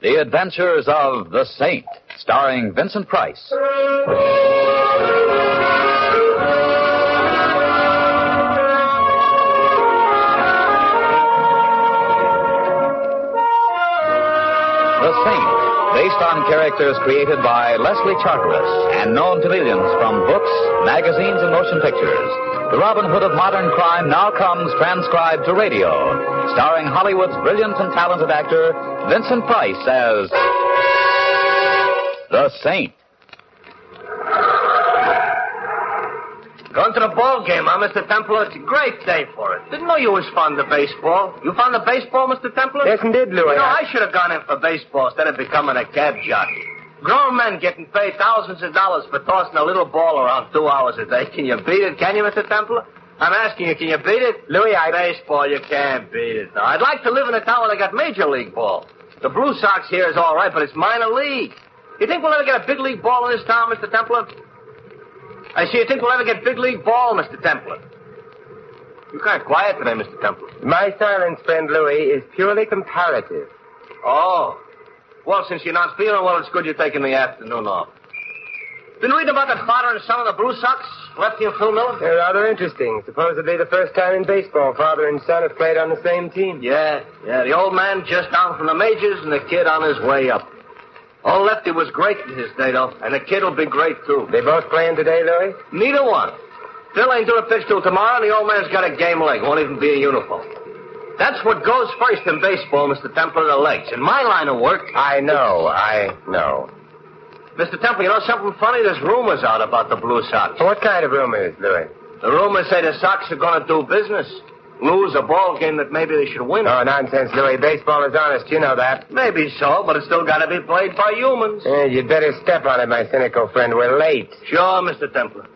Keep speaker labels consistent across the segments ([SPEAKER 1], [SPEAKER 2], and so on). [SPEAKER 1] The Adventures of the Saint, starring Vincent Price. The Saint, based on characters created by Leslie Charteris and known to millions from books, magazines, and motion pictures. The Robin Hood of modern crime now comes transcribed to radio, starring Hollywood's brilliant and talented actor Vincent Price as The Saint.
[SPEAKER 2] Going to the ball game, huh, Mr. Templar? It's a great day for it. Didn't know you was fond of baseball. You fond of baseball, Mr. Templar?
[SPEAKER 3] Yes, indeed, Louis.
[SPEAKER 2] You know, I should have gone in for baseball instead of becoming a cab jockey. Grown men getting paid thousands of dollars for tossing a little ball around two hours a day. Can you beat it? Can you, Mr. Templar? I'm asking you, can you beat it? Louis, I... Baseball, you can't beat it. No, I'd like to live in a town where they got major league ball. The Blue Sox here is all right, but it's minor league. You think we'll ever get a big league ball in this town, Mr. Templar? I see you think we'll ever get big league ball, Mr. Templar. You kind of quiet today, Mr. Templar.
[SPEAKER 3] My silence, friend Louis, is purely comparative.
[SPEAKER 2] Oh. Well, since you're not feeling well, it's good you're taking the afternoon off. Been reading about the father and son of the Blue Sox, Lefty and Phil Miller?
[SPEAKER 3] They're rather interesting. Supposedly the first time in baseball father and son have played on the same team.
[SPEAKER 2] Yeah, yeah. The old man just down from the majors and the kid on his way up. Old Lefty was great in his day, though, and the kid will be great, too.
[SPEAKER 3] They both playing today, Louis?
[SPEAKER 2] Neither one. Phil ain't doing a pitch till tomorrow, and the old man's got a game leg. Won't even be in uniform. That's what goes first in baseball, Mr. Templar, the legs. In my line of work,
[SPEAKER 3] I know, I know.
[SPEAKER 2] Mr. Templar, you know something funny? There's rumors out about the Blue Sox.
[SPEAKER 3] What kind of rumors, Louis?
[SPEAKER 2] The rumors say the Sox are going to do business, lose a ball game that maybe they should win.
[SPEAKER 3] Oh, nonsense, Louis. Baseball is honest, you know that.
[SPEAKER 2] Maybe so, but it's still got to be played by humans.
[SPEAKER 3] Eh, you'd better step on it, my cynical friend. We're late.
[SPEAKER 2] Sure, Mr. Templar.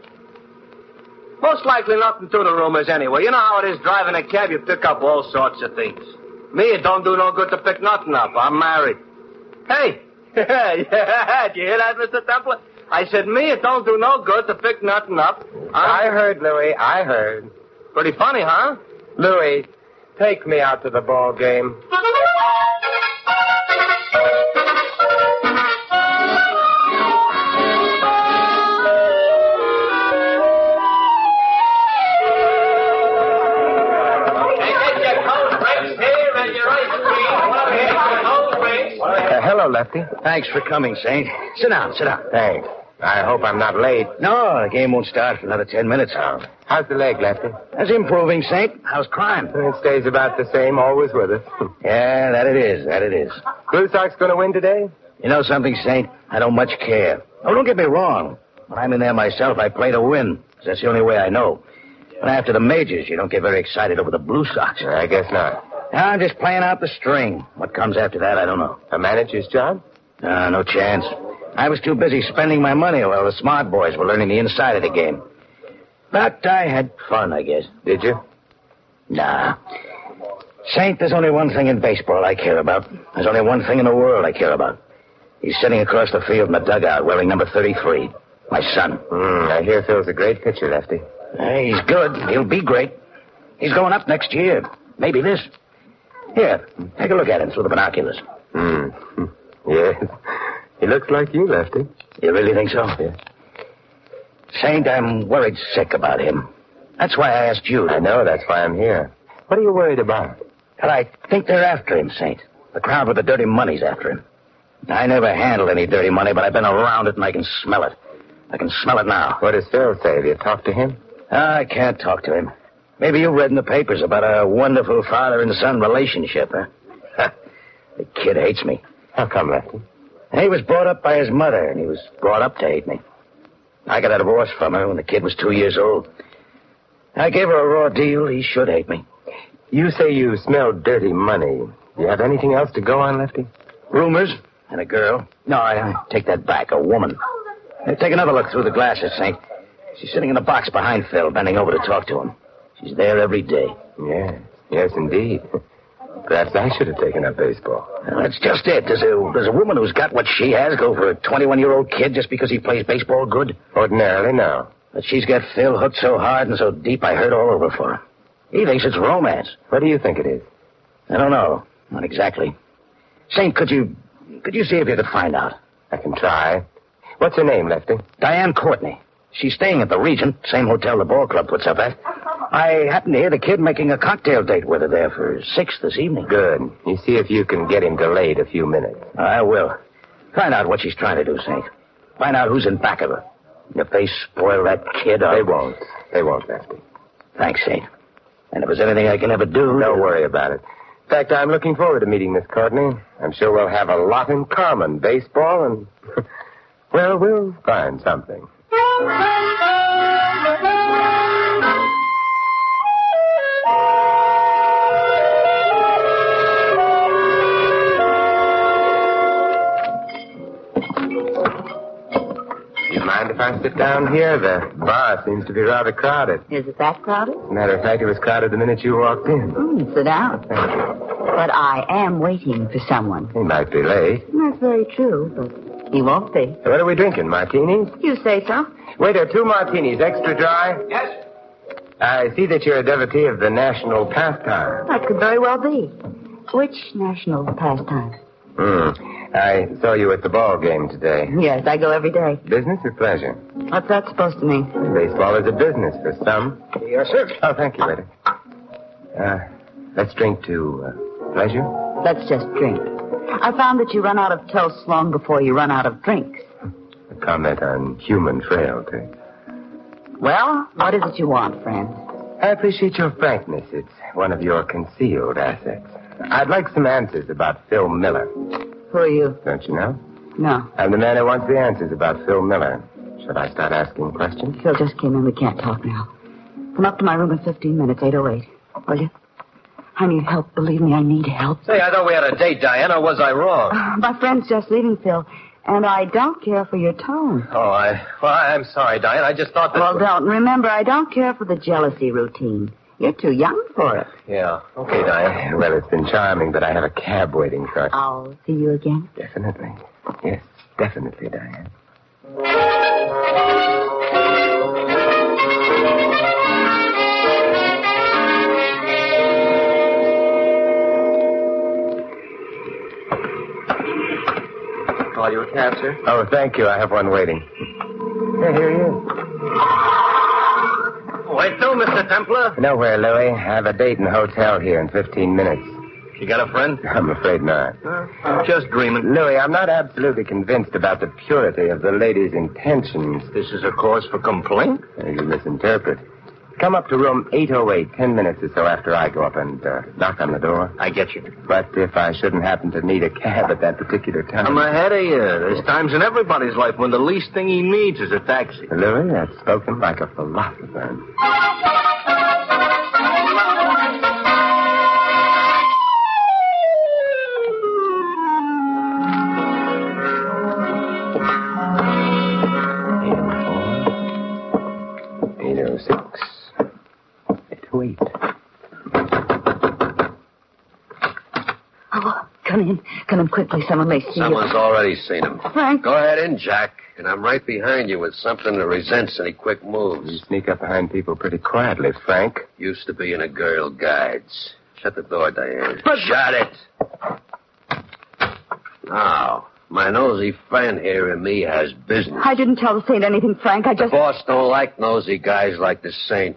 [SPEAKER 2] Most likely nothing to the rumors anyway. You know how it is driving a cab, you pick up all sorts of things. Me, it don't do no good to pick nothing up. I'm married. Hey! yeah, did you hear that, Mr. Templar? I said, me, it don't do no good to pick nothing up.
[SPEAKER 3] I
[SPEAKER 2] I'm
[SPEAKER 3] heard, Louis, I heard.
[SPEAKER 2] pretty funny, huh?
[SPEAKER 3] Louis, take me out to the ball game. Uh, hello, Lefty.
[SPEAKER 4] Thanks for coming, Saint. Sit down, sit down.
[SPEAKER 3] Thanks. I hope I'm not late. Oh.
[SPEAKER 4] No, the game won't start for another ten minutes. How?
[SPEAKER 3] How's the leg, Lefty?
[SPEAKER 4] That's improving, Saint. How's crime?
[SPEAKER 3] It stays about the same, always with us.
[SPEAKER 4] Yeah, that it is, that it is.
[SPEAKER 3] Blue Sox going to win today?
[SPEAKER 4] You know something, Saint? I don't much care. Oh, don't get me wrong. When I'm in there myself, I play to win. 'cause That's the only way I know. But after the majors, you don't get very excited over the Blue Sox.
[SPEAKER 3] I guess not.
[SPEAKER 4] I'm just playing out the string. What comes after that, I don't know.
[SPEAKER 3] A manager's job?
[SPEAKER 4] Uh, no chance. I was too busy spending my money while the smart boys were learning the inside of the game. But I had fun, I guess.
[SPEAKER 3] Did you?
[SPEAKER 4] Nah. Saint, there's only one thing in baseball I care about. There's only one thing in the world I care about. He's sitting across the field in the dugout wearing number 33. My son.
[SPEAKER 3] Hmm, I hear Phil's a great pitcher, Lefty.
[SPEAKER 4] Hey, he's good. He'll be great. He's going up next year. Maybe this. Here, take a look at him through the binoculars.
[SPEAKER 3] Hmm. Yes. He looks like you, Lefty.
[SPEAKER 4] You really think so? Saint, I'm worried sick about him. That's why I asked you.
[SPEAKER 3] I
[SPEAKER 4] To...
[SPEAKER 3] know, that's why I'm here. What are you worried about?
[SPEAKER 4] But I think they're after him, Saint. The crowd with the dirty money's after him. I never handled any dirty money, but I've been around it and I can smell it. I can smell it now.
[SPEAKER 3] What does Phil say? Have you talked to him?
[SPEAKER 4] I can't talk to him. Maybe you read in the papers about a wonderful father and son relationship, huh? the kid hates me.
[SPEAKER 3] How come, Lefty?
[SPEAKER 4] He was brought up by his mother, and he was brought up to hate me. I got a divorce from her when the kid was two years old. I gave her a raw deal. He should hate me.
[SPEAKER 3] You say you smell dirty money. You have anything else to go on, Lefty?
[SPEAKER 4] Rumors and a girl. No, I, I take that back. A woman. Hey, take another look through the glasses, Saint. She's sitting in the box behind Phil, bending over to talk to him. She's there every day.
[SPEAKER 3] Yeah. Yes, indeed. Perhaps I should have taken up baseball.
[SPEAKER 4] Now, that's just it. There's a, there's a woman who's got what she has go for a 21 year old kid just because he plays baseball good.
[SPEAKER 3] Ordinarily, no.
[SPEAKER 4] But she's got Phil hooked so hard and so deep I hurt all over for her. He thinks it's romance.
[SPEAKER 3] What do you think it is?
[SPEAKER 4] I don't know. Not exactly. Saint, could you could you see if you could find out?
[SPEAKER 3] I can try. What's her name, Lefty?
[SPEAKER 4] Diane Courtney. She's staying at the Regent, same hotel the ball club puts up at. I happened to hear the kid making a cocktail date with her there for six this evening.
[SPEAKER 3] Good. You see if you can get him delayed a few minutes.
[SPEAKER 4] I will. Find out what she's trying to do, Saint. Find out who's in back of her. And if they spoil that kid, I'll...
[SPEAKER 3] They won't. They won't, Lefty.
[SPEAKER 4] Thanks, Saint. And if there's anything I can ever do...
[SPEAKER 3] Don't worry about it. In fact, I'm looking forward to meeting Miss Courtney. I'm sure we'll have a lot in common. Baseball and. well, we'll find something. You mind if I sit down here? The bar seems to be rather crowded.
[SPEAKER 5] Is it that crowded?
[SPEAKER 3] Matter of fact, it was crowded the minute you walked in.
[SPEAKER 5] Mm, sit down.
[SPEAKER 3] Thank you.
[SPEAKER 5] But I am waiting for someone.
[SPEAKER 3] He might be late.
[SPEAKER 5] That's very true, but he won't be.
[SPEAKER 3] What are we drinking? Martinis?
[SPEAKER 5] You say so?
[SPEAKER 3] Waiter, two martinis, extra dry.
[SPEAKER 2] Yes?
[SPEAKER 3] I see that you're a devotee of the national pastime.
[SPEAKER 5] That could very well be. Which national pastime?
[SPEAKER 3] Hmm. I saw you at the ball game today.
[SPEAKER 5] Yes, I go every day.
[SPEAKER 3] Business or pleasure?
[SPEAKER 5] What's that supposed to mean?
[SPEAKER 3] Baseball is a business for some.
[SPEAKER 4] Yes, sir.
[SPEAKER 3] Oh, thank you, waiter. Uh, let's drink to uh, pleasure.
[SPEAKER 5] Let's just drink. I found that you run out of toasts long before you run out of drinks.
[SPEAKER 3] A comment on human frailty.
[SPEAKER 5] Well, what is it you want, friend?
[SPEAKER 3] I appreciate your frankness. It's one of your concealed assets. I'd like some answers about Phil Miller.
[SPEAKER 5] Who are you?
[SPEAKER 3] Don't you know?
[SPEAKER 5] No,
[SPEAKER 3] I'm the man who wants the answers about Phil Miller. Should I start asking questions?
[SPEAKER 5] Phil just came in. We can't talk now. Come up to my room in 15 minutes, 808. Will you? I need help. Believe me, I need help.
[SPEAKER 2] Say, I thought we had a date, Diana. Was I wrong?
[SPEAKER 5] My friend's just leaving, Phil, and I don't care for your tone.
[SPEAKER 2] Oh, I. Well, I'm sorry, Diana. I just thought that.
[SPEAKER 5] Well, don't. Remember, I don't care for the jealousy routine. You're too young for it.
[SPEAKER 2] Yeah. Okay, Diana.
[SPEAKER 3] Well, it's been charming, but I have a cab waiting for us.
[SPEAKER 5] I'll see you again.
[SPEAKER 3] Definitely. Yes, definitely, Diane.
[SPEAKER 2] Call you a cab, sir?
[SPEAKER 3] Oh, thank you. I have one waiting. Yeah, here he
[SPEAKER 2] Wait, too, Mr. Templar.
[SPEAKER 3] is. Nowhere, Louis. I have a date in the hotel here in 15 minutes.
[SPEAKER 2] You got a friend?
[SPEAKER 3] I'm afraid not.
[SPEAKER 2] I'm just dreaming.
[SPEAKER 3] Louis, I'm not absolutely convinced about the purity of the lady's intentions.
[SPEAKER 2] This is a cause for complaint?
[SPEAKER 3] Uh, You misinterpret. Come up to room 808 ten minutes or so after I go up and uh, knock on the door.
[SPEAKER 2] I get you.
[SPEAKER 3] But if I shouldn't happen to need a cab at that particular time...
[SPEAKER 2] I'm ahead of you. There's times in everybody's life when the least thing he needs is a taxi.
[SPEAKER 3] Louis, I've spoken like a philosopher. Eight oh six. Eight oh eight.
[SPEAKER 5] Oh, come in. Come in quickly. Someone may see
[SPEAKER 6] Someone's already seen him.
[SPEAKER 5] you. Frank.
[SPEAKER 6] Go ahead in, Jack, and I'm right behind you with something that resents any quick
[SPEAKER 3] You
[SPEAKER 6] moves.
[SPEAKER 3] sneak up behind people pretty quietly, Frank.
[SPEAKER 6] Used to being a girl guides. Shut the door, Diane. Shut it! Now, my nosy friend here and me has business.
[SPEAKER 5] I didn't tell the saint anything, Frank. I
[SPEAKER 6] The
[SPEAKER 5] just.
[SPEAKER 6] boss don't like nosy guys like the saint.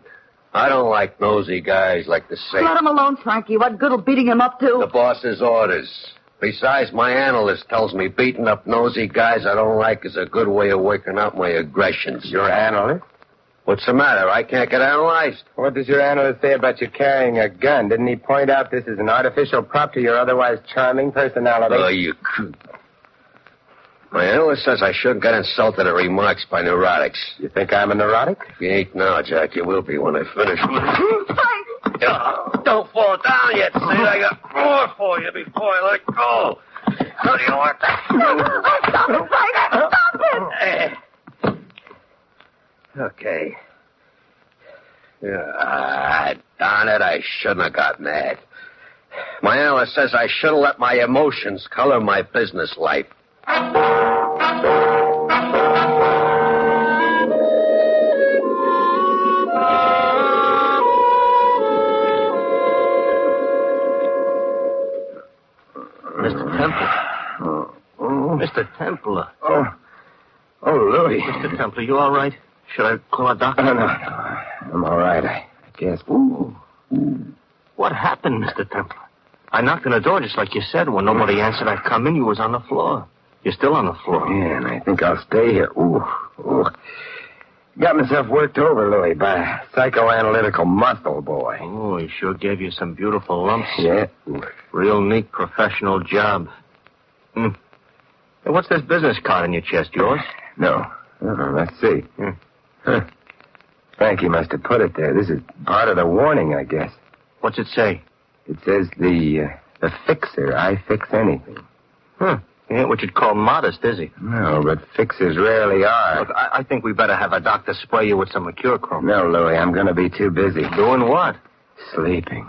[SPEAKER 6] I don't like nosy guys like the saint.
[SPEAKER 5] Let him alone, Frankie. What good will beating him up
[SPEAKER 6] The
[SPEAKER 5] do?
[SPEAKER 6] boss's orders. Besides, my analyst tells me beating up nosy guys I don't like is a good way of working out my aggressions.
[SPEAKER 3] Your analyst?
[SPEAKER 6] What's the matter? I can't get analyzed.
[SPEAKER 3] What does your analyst say about you carrying a gun? Didn't he point out this is an artificial prop to your otherwise charming personality?
[SPEAKER 6] Oh, you. cr- My analyst says I shouldn't get insulted at remarks by neurotics.
[SPEAKER 3] You think I'm a neurotic?
[SPEAKER 6] If you ain't now, Jack, you will be when I finish.
[SPEAKER 5] Frank!
[SPEAKER 6] Yeah. Don't fall down yet, Sid. I got more for you before I let go. Now, do you want that?
[SPEAKER 5] Stop it, Tiger! Stop it!
[SPEAKER 6] Eh. Okay. Yeah, ah, darn it, I shouldn't have got mad. My analyst says I should have let my emotions color my business life.
[SPEAKER 2] Mr. Temple. Mr. Temple.
[SPEAKER 3] Oh, oh, Louis.
[SPEAKER 2] Mr. Temple, you all right? Should I call a doctor?
[SPEAKER 3] No, no, no. I'm all right, I guess. Ooh.
[SPEAKER 2] What happened, Mr. Temple? I knocked on the door just like you said. When nobody answered, I come in. You was on the floor. You're still on the floor.
[SPEAKER 3] Yeah, and I think I'll stay here. Ooh, ooh. Got myself worked over, Louis, by psychoanalytical muscle boy.
[SPEAKER 2] Oh, he sure gave you some beautiful lumps.
[SPEAKER 3] Yeah.
[SPEAKER 2] Real neat professional job. Hmm. Hey, what's this business card in your chest, yours?
[SPEAKER 3] No. Uh, let's see.
[SPEAKER 2] Hmm.
[SPEAKER 3] Huh. Frankie must have put it there. This is part of the warning, I guess.
[SPEAKER 2] What's it say?
[SPEAKER 3] It says the uh, the fixer. I fix anything.
[SPEAKER 2] Huh. He ain't what you'd call modest, is he?
[SPEAKER 3] No, but fixers rarely are.
[SPEAKER 2] Look, I, I think we better have a doctor spray you with some mercurochrome.
[SPEAKER 3] No, Louis, I'm going to be too busy.
[SPEAKER 2] Doing what?
[SPEAKER 3] Sleeping.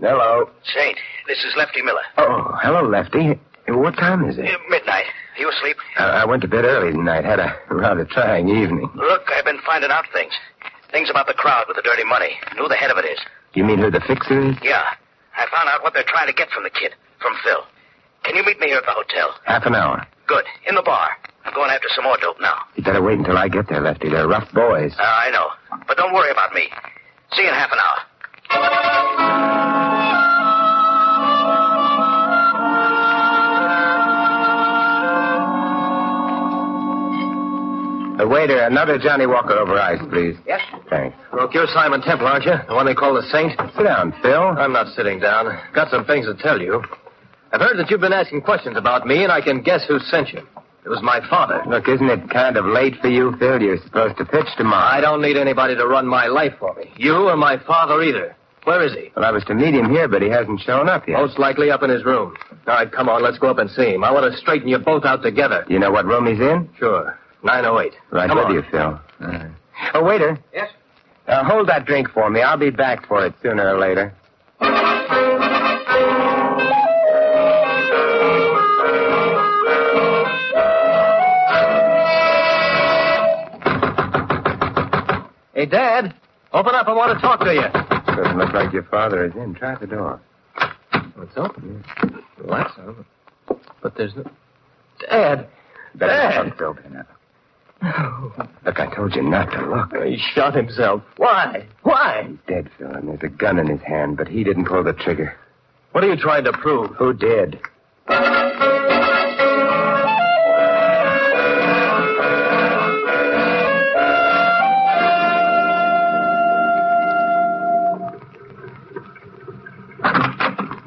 [SPEAKER 3] Hello.
[SPEAKER 4] Saint, this is Lefty Miller.
[SPEAKER 3] Oh, hello, Lefty. What time is it?
[SPEAKER 4] midnight. Are you asleep?
[SPEAKER 3] I I went to bed early tonight. Had a rather trying evening.
[SPEAKER 4] Look, I've been finding out things. Things about the crowd with the dirty money, and who the head of it is.
[SPEAKER 3] You mean who the fixer is?
[SPEAKER 4] Yeah. I found out what they're trying to get from the kid, from Phil. Can you meet me here at the hotel?
[SPEAKER 3] Half an hour.
[SPEAKER 4] Good. In the bar. I'm going after some more dope now.
[SPEAKER 3] You better wait until I get there, Lefty. They're rough boys.
[SPEAKER 4] Uh, I know. But don't worry about me. See you in half an hour.
[SPEAKER 3] Uh, waiter, another Johnny Walker over ice, please.
[SPEAKER 4] Yes?
[SPEAKER 3] Thanks.
[SPEAKER 2] Look, you're Simon Temple, aren't you? The one they call the saint?
[SPEAKER 3] Sit down, Phil.
[SPEAKER 2] I'm not sitting down. Got some things to tell you. I've heard that you've been asking questions about me, and I can guess who sent you. It was my father.
[SPEAKER 3] Look, isn't it kind of late for you, Phil? You're supposed to pitch tomorrow.
[SPEAKER 2] I don't need anybody to run my life for me. You or my father either. Where is he?
[SPEAKER 3] Well, I was to meet him here, but he hasn't shown up yet.
[SPEAKER 2] Most likely up in his room. All right, come on, let's go up and see him. I want to straighten you both out together.
[SPEAKER 3] You know what room he's in?
[SPEAKER 2] Sure. 908.
[SPEAKER 3] Right
[SPEAKER 2] come
[SPEAKER 3] with
[SPEAKER 2] on.
[SPEAKER 3] you, Phil. Oh, waiter.
[SPEAKER 2] Yes?
[SPEAKER 3] Uh, hold that drink for me. I'll be back for it sooner or later.
[SPEAKER 2] Hey, Dad, open up. I want to talk to you.
[SPEAKER 3] Doesn't look like your father is in. Try the door.
[SPEAKER 2] It's open. Well, that's open. But there's no... Dad!
[SPEAKER 3] Better
[SPEAKER 2] Dad.
[SPEAKER 3] not look, open up. Look, I told you not to look.
[SPEAKER 2] He shot himself. Why? Why?
[SPEAKER 3] He's dead, Phil, and there's a gun in his hand, but he didn't pull the trigger.
[SPEAKER 2] What are you trying to prove?
[SPEAKER 3] Who did?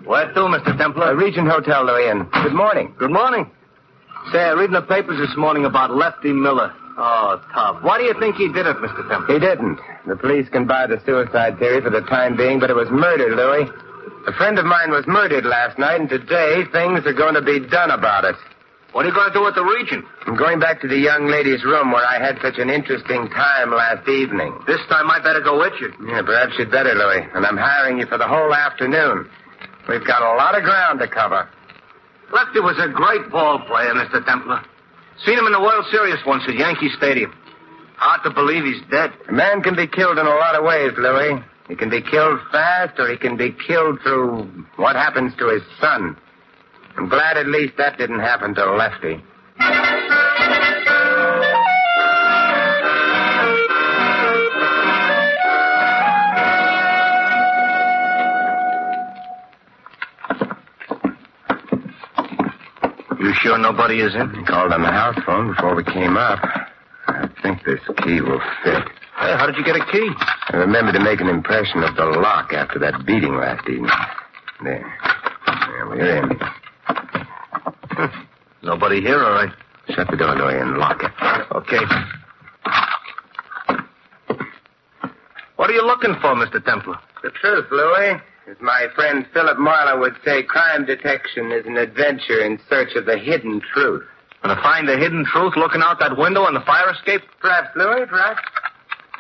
[SPEAKER 2] Where to, Mr.
[SPEAKER 3] Uh,
[SPEAKER 2] Templar?
[SPEAKER 3] Regent Hotel, Louis, and good morning.
[SPEAKER 2] Good morning. Say, I read in the papers this morning about Lefty Miller. Oh, Tom. Why do you think he did it, Mr. Templar?
[SPEAKER 3] He didn't. The police can buy the suicide theory for the time being, but it was murder, Louis. A friend of mine was murdered last night, and today things are going to be done about it.
[SPEAKER 2] What are you going to do with the Regent?
[SPEAKER 3] I'm going back to the young lady's room where I had such an interesting time last evening.
[SPEAKER 2] This time I better go with you.
[SPEAKER 3] Yeah, perhaps you'd better, Louis. And I'm hiring you for the whole afternoon. We've got a lot of ground to cover.
[SPEAKER 2] Lefty was a great ball player, Mr. Templar. Seen him in the World Series once at Yankee Stadium. Hard to believe he's dead.
[SPEAKER 3] A man can be killed in a lot of ways, Louis. He can be killed fast, or he can be killed through what happens to his son. I'm glad at least that didn't happen to Lefty.
[SPEAKER 2] You sure nobody is in?
[SPEAKER 3] He called on the house phone before we came up. I think this key will fit.
[SPEAKER 2] Hey, how did you get a key?
[SPEAKER 3] I remember to make an impression of the lock after that beating last evening. There. There, we're in.
[SPEAKER 6] Nobody here, all right?
[SPEAKER 3] Shut the door, Louie, and lock it.
[SPEAKER 6] Okay.
[SPEAKER 2] What are you looking for, Mr. Templar?
[SPEAKER 3] The truth, Louis, as my friend Philip Marlowe would say, crime detection is an adventure in search of the hidden truth.
[SPEAKER 2] Gonna find the hidden truth looking out that window on the fire escape?
[SPEAKER 3] Perhaps, Louis, perhaps.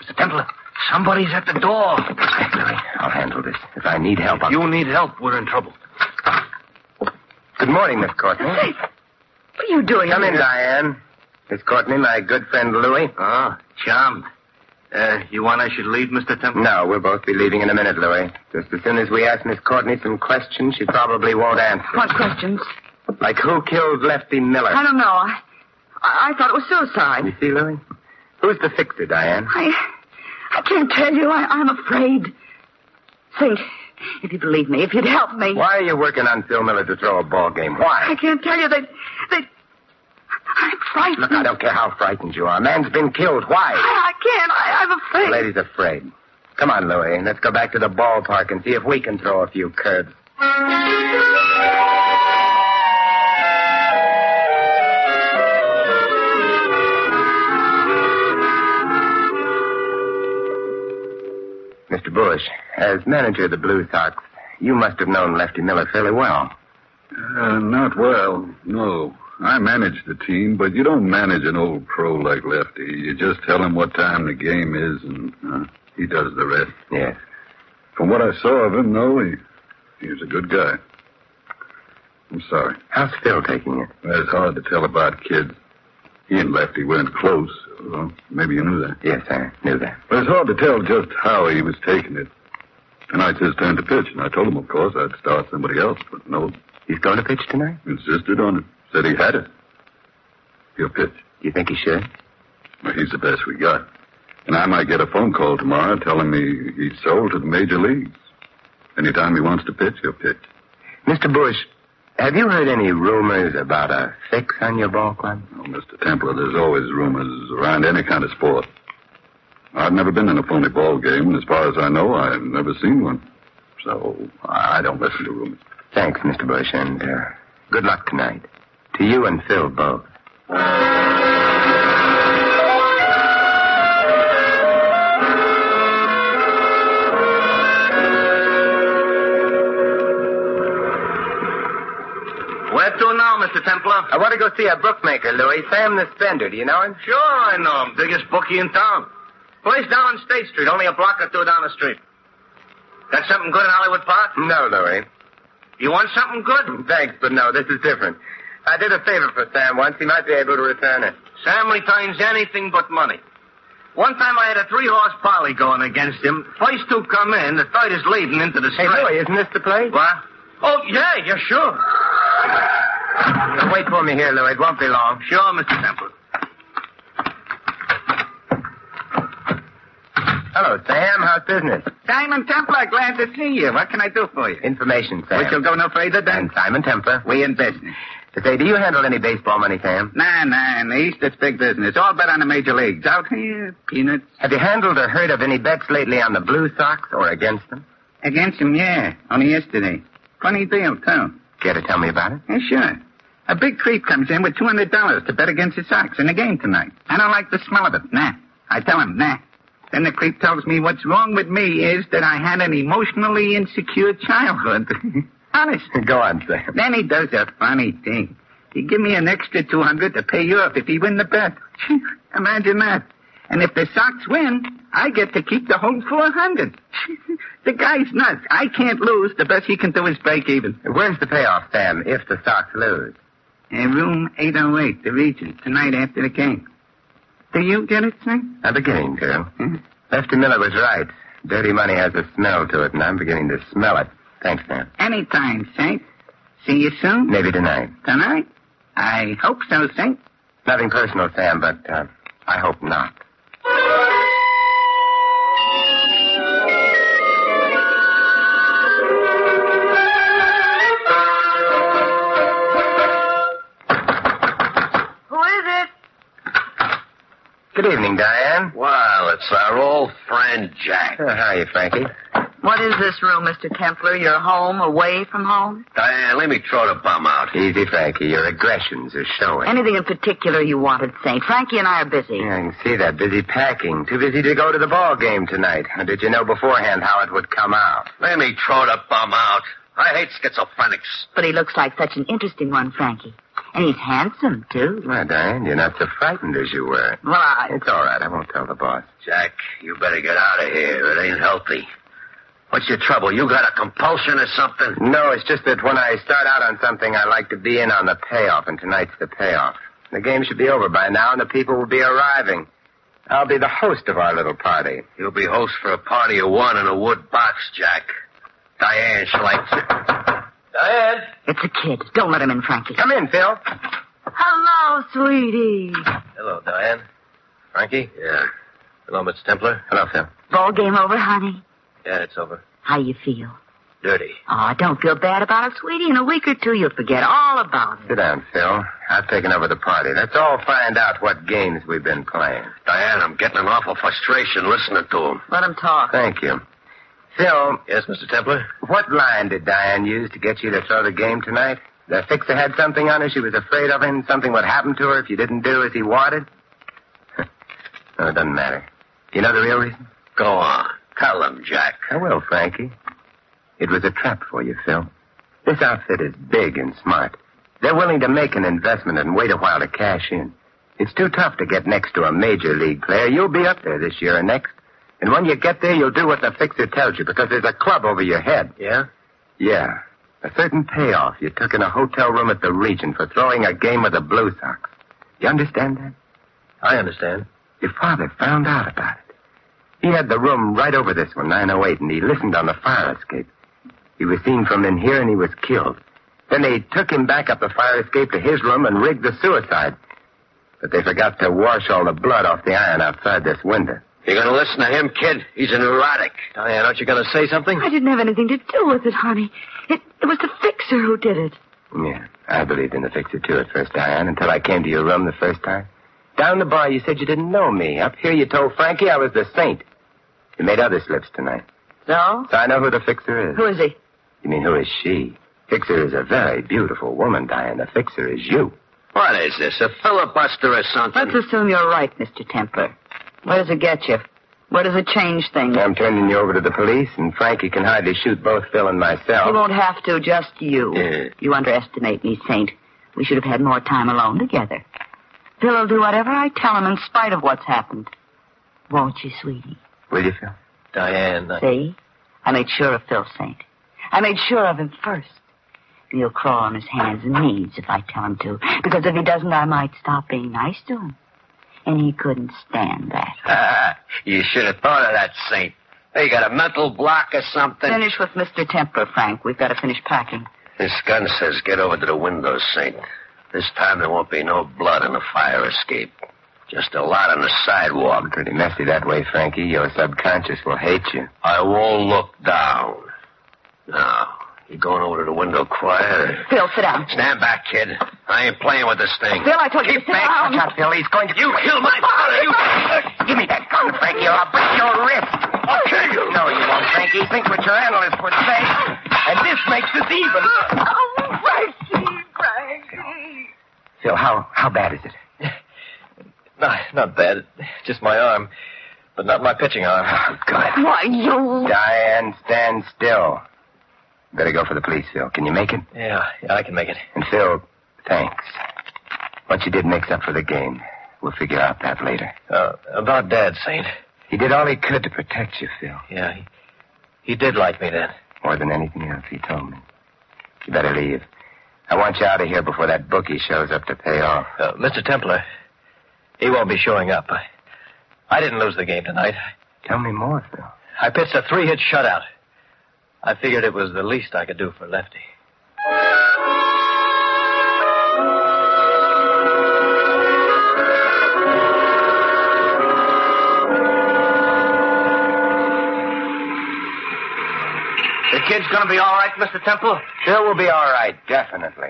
[SPEAKER 2] Mr. Templar, somebody's at the door.
[SPEAKER 3] Louis, I'll handle this. If I need help, I'll...
[SPEAKER 2] You need help. We're in trouble.
[SPEAKER 3] Good morning, Miss Courtney.
[SPEAKER 5] What are you doing?
[SPEAKER 3] Come in,
[SPEAKER 5] here?
[SPEAKER 3] Diane. Miss Courtney, my good friend Louis.
[SPEAKER 2] Ah, charmed. Uh, you want I should leave, Mr. Templar?
[SPEAKER 3] No, we'll both be leaving in a minute, Louis. Just as soon as we ask Miss Courtney some questions, she probably won't answer.
[SPEAKER 5] What questions?
[SPEAKER 3] Like who killed Lefty Miller?
[SPEAKER 5] I don't know. I, I I thought it was
[SPEAKER 3] You
[SPEAKER 5] suicide.
[SPEAKER 3] see, Louis? Who's the fixer, Diane?
[SPEAKER 5] I, I can't tell you. I, I'm afraid. Saint, if you'd believe me, if you'd help me.
[SPEAKER 3] Why are you working on Phil Miller to throw a ball game? Why?
[SPEAKER 5] I can't tell you. They, they, I'm frightened.
[SPEAKER 3] Look, I don't care how frightened you are. A man's been killed. Why?
[SPEAKER 5] I, I can't. I, I'm
[SPEAKER 3] The
[SPEAKER 5] afraid.
[SPEAKER 3] lady's afraid. Come on, Louis. Let's go back to the ballpark and see if we can throw a few curves. Mr. Bush, as manager of the Blue Sox, you must have known Lefty Miller fairly well.
[SPEAKER 7] Uh, not well, no. I manage the team, but you don't manage an old pro like Lefty. You just tell him what time the game is, and uh, he does the rest.
[SPEAKER 3] Yes.
[SPEAKER 7] From what I saw of him, though, he, he was a good guy. I'm sorry.
[SPEAKER 3] How's Phil taking it?
[SPEAKER 7] That's hard to tell about kids. He and Lefty weren't close. Well, maybe you knew that.
[SPEAKER 3] Yes, I knew that.
[SPEAKER 7] But it's hard to tell just how he was taking it. And I just turned to pitch, and I told him, of course, I'd start somebody else, but no,
[SPEAKER 3] He's going to pitch tonight?
[SPEAKER 7] insisted on it. Said he had it. He'll pitch.
[SPEAKER 3] Do you think he should?
[SPEAKER 7] Well, he's the best we got. And I might get a phone call tomorrow telling me he's sold to the major leagues. Anytime he wants to pitch, he'll pitch.
[SPEAKER 3] Mr. Bush, have you heard any rumors about a fix on your ball club?
[SPEAKER 7] Oh, Mr. Templar, there's always rumors around any kind of sport. I've never been in a phony ball game, and as far as I know, I've never seen one. So I don't listen to rumors.
[SPEAKER 3] Thanks, Mr. Bush, and uh, good luck tonight. To you and Phil both.
[SPEAKER 2] Where to now, Mr. Templar?
[SPEAKER 3] I want to go see a bookmaker, Louis. Sam the Spender. Do you know him?
[SPEAKER 2] Sure, I know him. Biggest bookie in town. Place down on State Street, only a block or two down the street. Got something good in Hollywood Park?
[SPEAKER 3] No, Louis.
[SPEAKER 2] You want something good?
[SPEAKER 3] Thanks, but no, this is different. I did a favor for Sam once. He might be able to return it.
[SPEAKER 2] Sam returns anything but money. One time I had a three-horse parley going against him. First two come in, the third is leading into the
[SPEAKER 3] Hey,
[SPEAKER 2] street.
[SPEAKER 3] Louis, isn't this the place?
[SPEAKER 2] What? Oh, yeah, yeah, sure.
[SPEAKER 3] Wait for me here, Louis. It won't be long.
[SPEAKER 2] Sure, Mr. Temple.
[SPEAKER 3] Hello, Sam. How's business?
[SPEAKER 2] Diamond Templar, glad to see you. What can I do for you?
[SPEAKER 3] Information, Sam.
[SPEAKER 2] go no further
[SPEAKER 3] And Simon Templar.
[SPEAKER 2] we in business.
[SPEAKER 3] To say, do you handle any baseball money, Sam?
[SPEAKER 2] Nah, nah, in the East it's big business. All bet on the major leagues. Out here, peanuts.
[SPEAKER 3] Have you handled or heard of any bets lately on the Blue Sox or against them?
[SPEAKER 2] Against him, yeah. Only yesterday. Funny deal, too.
[SPEAKER 3] Care to tell me about it?
[SPEAKER 2] Yeah, sure. A big creep comes in with $200 to bet against the Sox in the game tonight. I don't like the smell of it. Nah. I tell him, nah. Then the creep tells me what's wrong with me is that I had an emotionally insecure childhood. Honest.
[SPEAKER 3] Go on, Sam.
[SPEAKER 2] Then he does a funny thing. He give me an extra 200 to pay you up if he win the bet. Phew, Imagine that. And if the Sox win, I get to keep the whole 400. the guy's nuts. I can't lose. The best he can do is break even.
[SPEAKER 3] Where's the payoff, Sam, if the Sox lose?
[SPEAKER 2] In room 808, the region, tonight after the game. Do you get it, Sam?
[SPEAKER 3] I'm beginning to. Hmm? Lefty Miller was right. Dirty money has a smell to it, and I'm beginning to smell it. Thanks, Sam.
[SPEAKER 2] Anytime, Saint. See you soon?
[SPEAKER 3] Maybe tonight.
[SPEAKER 2] Tonight? I hope so, Saint.
[SPEAKER 3] Nothing personal, Sam, but uh, I hope not.
[SPEAKER 5] Who is it?
[SPEAKER 3] Good evening, Diane.
[SPEAKER 6] Well, it's our old friend Jack.
[SPEAKER 3] Uh, how are you, Frankie?
[SPEAKER 5] What is this room, Mr. Templer? Your home away from home?
[SPEAKER 6] Diane, let me throw the bum out.
[SPEAKER 3] Easy, Frankie. Your aggressions are showing.
[SPEAKER 5] Anything in particular you wanted, Saint? Frankie and I are busy.
[SPEAKER 3] Yeah, I can see that. Busy packing. Too busy to go to the ball game tonight. Or did you know beforehand how it would come out?
[SPEAKER 6] Let me throw the bum out. I hate schizophrenics.
[SPEAKER 5] But he looks like such an interesting one, Frankie. And he's handsome, too.
[SPEAKER 3] Well, Diane, you're not so frightened as you were.
[SPEAKER 5] Well, I...
[SPEAKER 3] It's all right. I won't tell the boss.
[SPEAKER 6] Jack, you better get out of here. It ain't healthy. What's your trouble? You got a compulsion or something?
[SPEAKER 3] No, it's just that when I start out on something, I like to be in on the payoff, and tonight's the payoff. The game should be over by now, and the people will be arriving. I'll be the host of our little party.
[SPEAKER 6] You'll be host for a party of one in a wood box, Jack. Diane, shall I... Diane?
[SPEAKER 5] It's a kid. Don't let him in, Frankie.
[SPEAKER 3] Come in, Phil.
[SPEAKER 5] Hello, sweetie.
[SPEAKER 6] Hello, Diane. Frankie? Yeah. Hello, Mr. Templar.
[SPEAKER 3] Hello, Phil.
[SPEAKER 5] Ball game over, honey.
[SPEAKER 6] Yeah, it's over.
[SPEAKER 5] How you feel?
[SPEAKER 6] Dirty.
[SPEAKER 5] Oh, don't feel bad about it, sweetie. In a week or two, you'll forget all about it.
[SPEAKER 3] Sit down, Phil. I've taken over the party. Let's all find out what games we've been playing.
[SPEAKER 6] Diane, I'm getting an awful frustration listening to him.
[SPEAKER 5] Let him talk.
[SPEAKER 3] Thank you. Phil,
[SPEAKER 6] Yes, Mr. Templar?
[SPEAKER 3] what line did Diane use to get you to throw the game tonight? The fixer had something on her she was afraid of him, something would happen to her if you didn't do as he wanted? no, it doesn't matter. You know the real reason?
[SPEAKER 6] Go on. Tell him, Jack.
[SPEAKER 3] I will, Frankie. It was a trap for you, Phil. This outfit is big and smart. They're willing to make an investment and wait a while to cash in. It's too tough to get next to a major league player. You'll be up there this year and next. And when you get there, you'll do what the fixer tells you because there's a club over your head.
[SPEAKER 6] Yeah?
[SPEAKER 3] Yeah. A certain payoff you took in a hotel room at the region for throwing a game with the Blue Sox. You understand that?
[SPEAKER 6] I understand.
[SPEAKER 3] Your father found out about it. He had the room right over this one, 908, and he listened on the fire escape. He was seen from in here and he was killed. Then they took him back up the fire escape to his room and rigged the suicide. But they forgot to wash all the blood off the iron outside this window.
[SPEAKER 6] You're gonna listen to him, kid? He's an erotic. Diane, aren't you gonna say something?
[SPEAKER 5] I didn't have anything to do with it, honey. It, it was the fixer who did it.
[SPEAKER 3] Yeah, I believed in the fixer too at first, Diane, until I came to your room the first time. Down the bar, you said you didn't know me. Up here, you told Frankie I was the saint. You made other slips tonight.
[SPEAKER 5] So?
[SPEAKER 3] So I know who the fixer is.
[SPEAKER 5] Who is he?
[SPEAKER 3] You mean, who is she? Fixer is a very beautiful woman, Diane. The fixer is you.
[SPEAKER 6] What is this, a filibuster or something?
[SPEAKER 5] Let's assume you're right, Mr. Templer. Where does it get you? Where does it change things?
[SPEAKER 3] I'm turning you over to the police, and Frankie can hardly shoot both Phil and
[SPEAKER 5] You
[SPEAKER 3] myself.
[SPEAKER 5] won't have to, just you.
[SPEAKER 3] Yeah.
[SPEAKER 6] Mm-hmm.
[SPEAKER 5] You underestimate me, Saint. We should have had more time alone together. Phil will do whatever I tell him in spite of what's happened. Won't you, sweetie?
[SPEAKER 3] Will you, Phil?
[SPEAKER 6] Diane, I-
[SPEAKER 5] See? I made sure of Phil, Saint. I made sure of him first. And he'll crawl on his hands and knees if I tell him to. Because if he doesn't, I might stop being nice to him. And he couldn't stand that.
[SPEAKER 6] you should have thought of that, Saint. Hey, you got a mental block or something?
[SPEAKER 5] Finish with Mr. Templer, Frank. We've got to finish packing.
[SPEAKER 6] This gun says get over to the window, Saint. This time there won't be no blood in the fire escape. Just a lot on the sidewalk.
[SPEAKER 3] Pretty messy that way, Frankie. Your subconscious will hate you.
[SPEAKER 6] I won't look down. Now, you going over to the window quiet? or-
[SPEAKER 5] Phil, sit down.
[SPEAKER 6] Stand back, kid. I ain't playing with this thing.
[SPEAKER 5] Phil, I told you to sit
[SPEAKER 6] Keep back.
[SPEAKER 5] down.
[SPEAKER 3] Not Phil. He's going to.
[SPEAKER 6] You killed my father. You.
[SPEAKER 3] Give me that gun, Frankie, or I'll break your wrist.
[SPEAKER 6] I'll kill you.
[SPEAKER 3] No, you won't, Frankie. Think what your analyst would say. And this makes us even.
[SPEAKER 5] Oh, Frankie, Frankie.
[SPEAKER 3] Phil, how, how bad is it?
[SPEAKER 6] No, not bad. Just my arm, but not my pitching arm.
[SPEAKER 3] Oh, God.
[SPEAKER 5] Why, you...
[SPEAKER 3] Diane, stand still. Better go for the police, Phil. Can you make it?
[SPEAKER 6] Yeah, yeah, I can make it.
[SPEAKER 3] And Phil, thanks. What you did makes up for the game. We'll figure out that later.
[SPEAKER 6] Uh, about Dad, Saint.
[SPEAKER 3] He did all he could to protect you, Phil.
[SPEAKER 6] Yeah, he, he did like me then.
[SPEAKER 3] More than anything else, he told me. You better leave. I want you out of here before that bookie shows up to pay off.
[SPEAKER 6] Uh, Mr. Templar, he won't be showing up. I, I didn't lose the game tonight.
[SPEAKER 3] Tell me more, Phil.
[SPEAKER 6] I pitched a three-hit shutout. I figured it was the least I could do for Lefty.
[SPEAKER 2] The kid's gonna be all right, Mr. Temple?
[SPEAKER 3] Phil will be all right, definitely.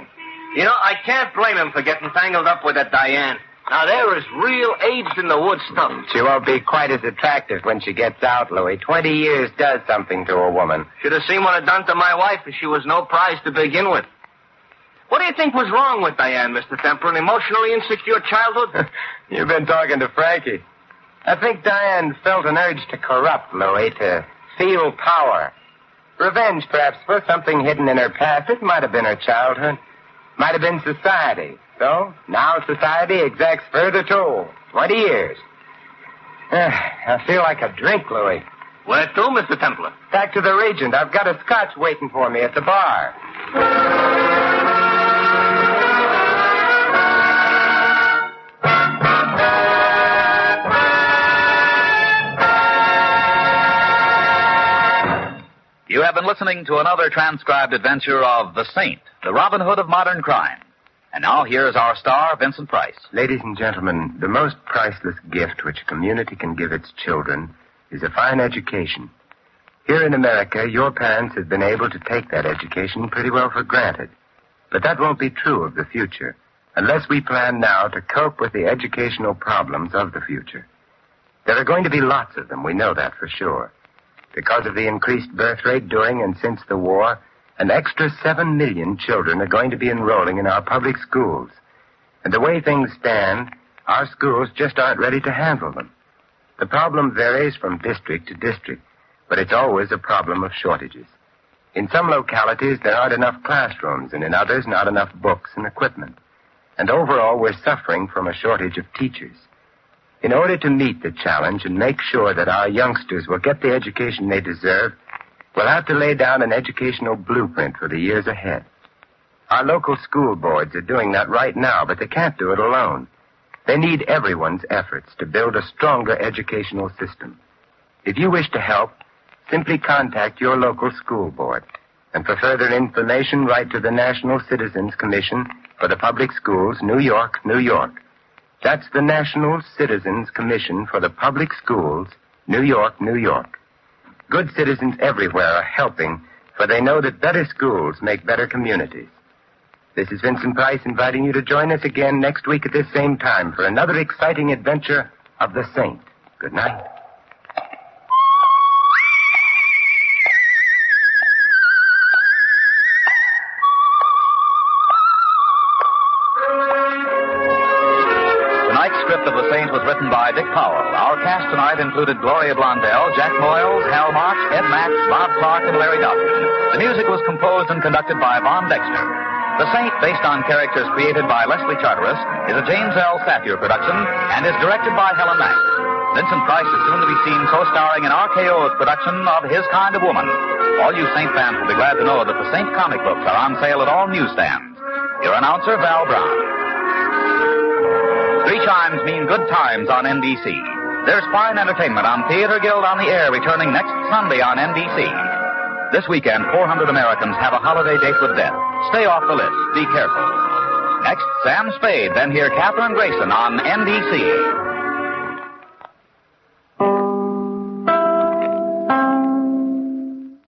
[SPEAKER 2] You know, I can't blame him for getting tangled up with that Diane. Now, there is real AIDS in the wood stuff.
[SPEAKER 3] She won't be quite as attractive when she gets out, Louis. Twenty years does something to a woman.
[SPEAKER 2] Should have seen what it done to my wife, and she was no prize to begin with. What do you think was wrong with Diane, Mr. Temper? An emotionally insecure childhood?
[SPEAKER 3] You've been talking to Frankie. I think Diane felt an urge to corrupt, Louis, to feel power. Revenge, perhaps, for something hidden in her past. It might have been her childhood. Might have been society. So, now society exacts further toll. Twenty years. Eh, I feel like a drink, Louis.
[SPEAKER 2] Where to, Mr. Templar?
[SPEAKER 3] Back to the Regent. I've got a scotch waiting for me at the bar.
[SPEAKER 1] You have been listening to another transcribed adventure of The Saint, the Robin Hood of modern crime. And now here is our star, Vincent Price.
[SPEAKER 3] Ladies and gentlemen, the most priceless gift which a community can give its children is a fine education. Here in America, your parents have been able to take that education pretty well for granted. But that won't be true of the future unless we plan now to cope with the educational problems of the future. There are going to be lots of them, we know that for sure. Because of the increased birth rate during and since the war, an extra seven million children are going to be enrolling in our public schools. And the way things stand, our schools just aren't ready to handle them. The problem varies from district to district, but it's always a problem of shortages. In some localities, there aren't enough classrooms, and in others, not enough books and equipment. And overall, we're suffering from a shortage of teachers. In order to meet the challenge and make sure that our youngsters will get the education they deserve, we'll have to lay down an educational blueprint for the years ahead. Our local school boards are doing that right now, but they can't do it alone. They need everyone's efforts to build a stronger educational system. If you wish to help, simply contact your local school board. And for further information, write to the National Citizens Commission for the Public Schools, New York, New York. That's the National Citizens Commission for the Public Schools, New York, New York. Good citizens everywhere are helping, for they know that better schools make better communities. This is Vincent Price inviting you to join us again next week at this same time for another exciting adventure of the Saint. Good night.
[SPEAKER 1] Tonight's script of The Saint was written by Dick Powell. Our cast tonight included Gloria Blondell, Jack Moyles, Hal March, Ed Max, Bob Clark, and Larry Dobson. The music was composed and conducted by Von Dexter. The Saint, based on characters created by Leslie Charteris, is a James L. Safier production and is directed by Helen Mack. Vincent Price is soon to be seen co-starring in RKO's production of His Kind of Woman. All you Saint fans will be glad to know that the Saint comic books are on sale at all newsstands. Your announcer, Val Brown. Three chimes mean good times on NBC. There's fine entertainment on Theater Guild on the Air returning next Sunday on NBC. This weekend, 400 Americans have a holiday date with death. Stay off the list. Be careful. Next, Sam Spade. Then hear Catherine Grayson on NBC.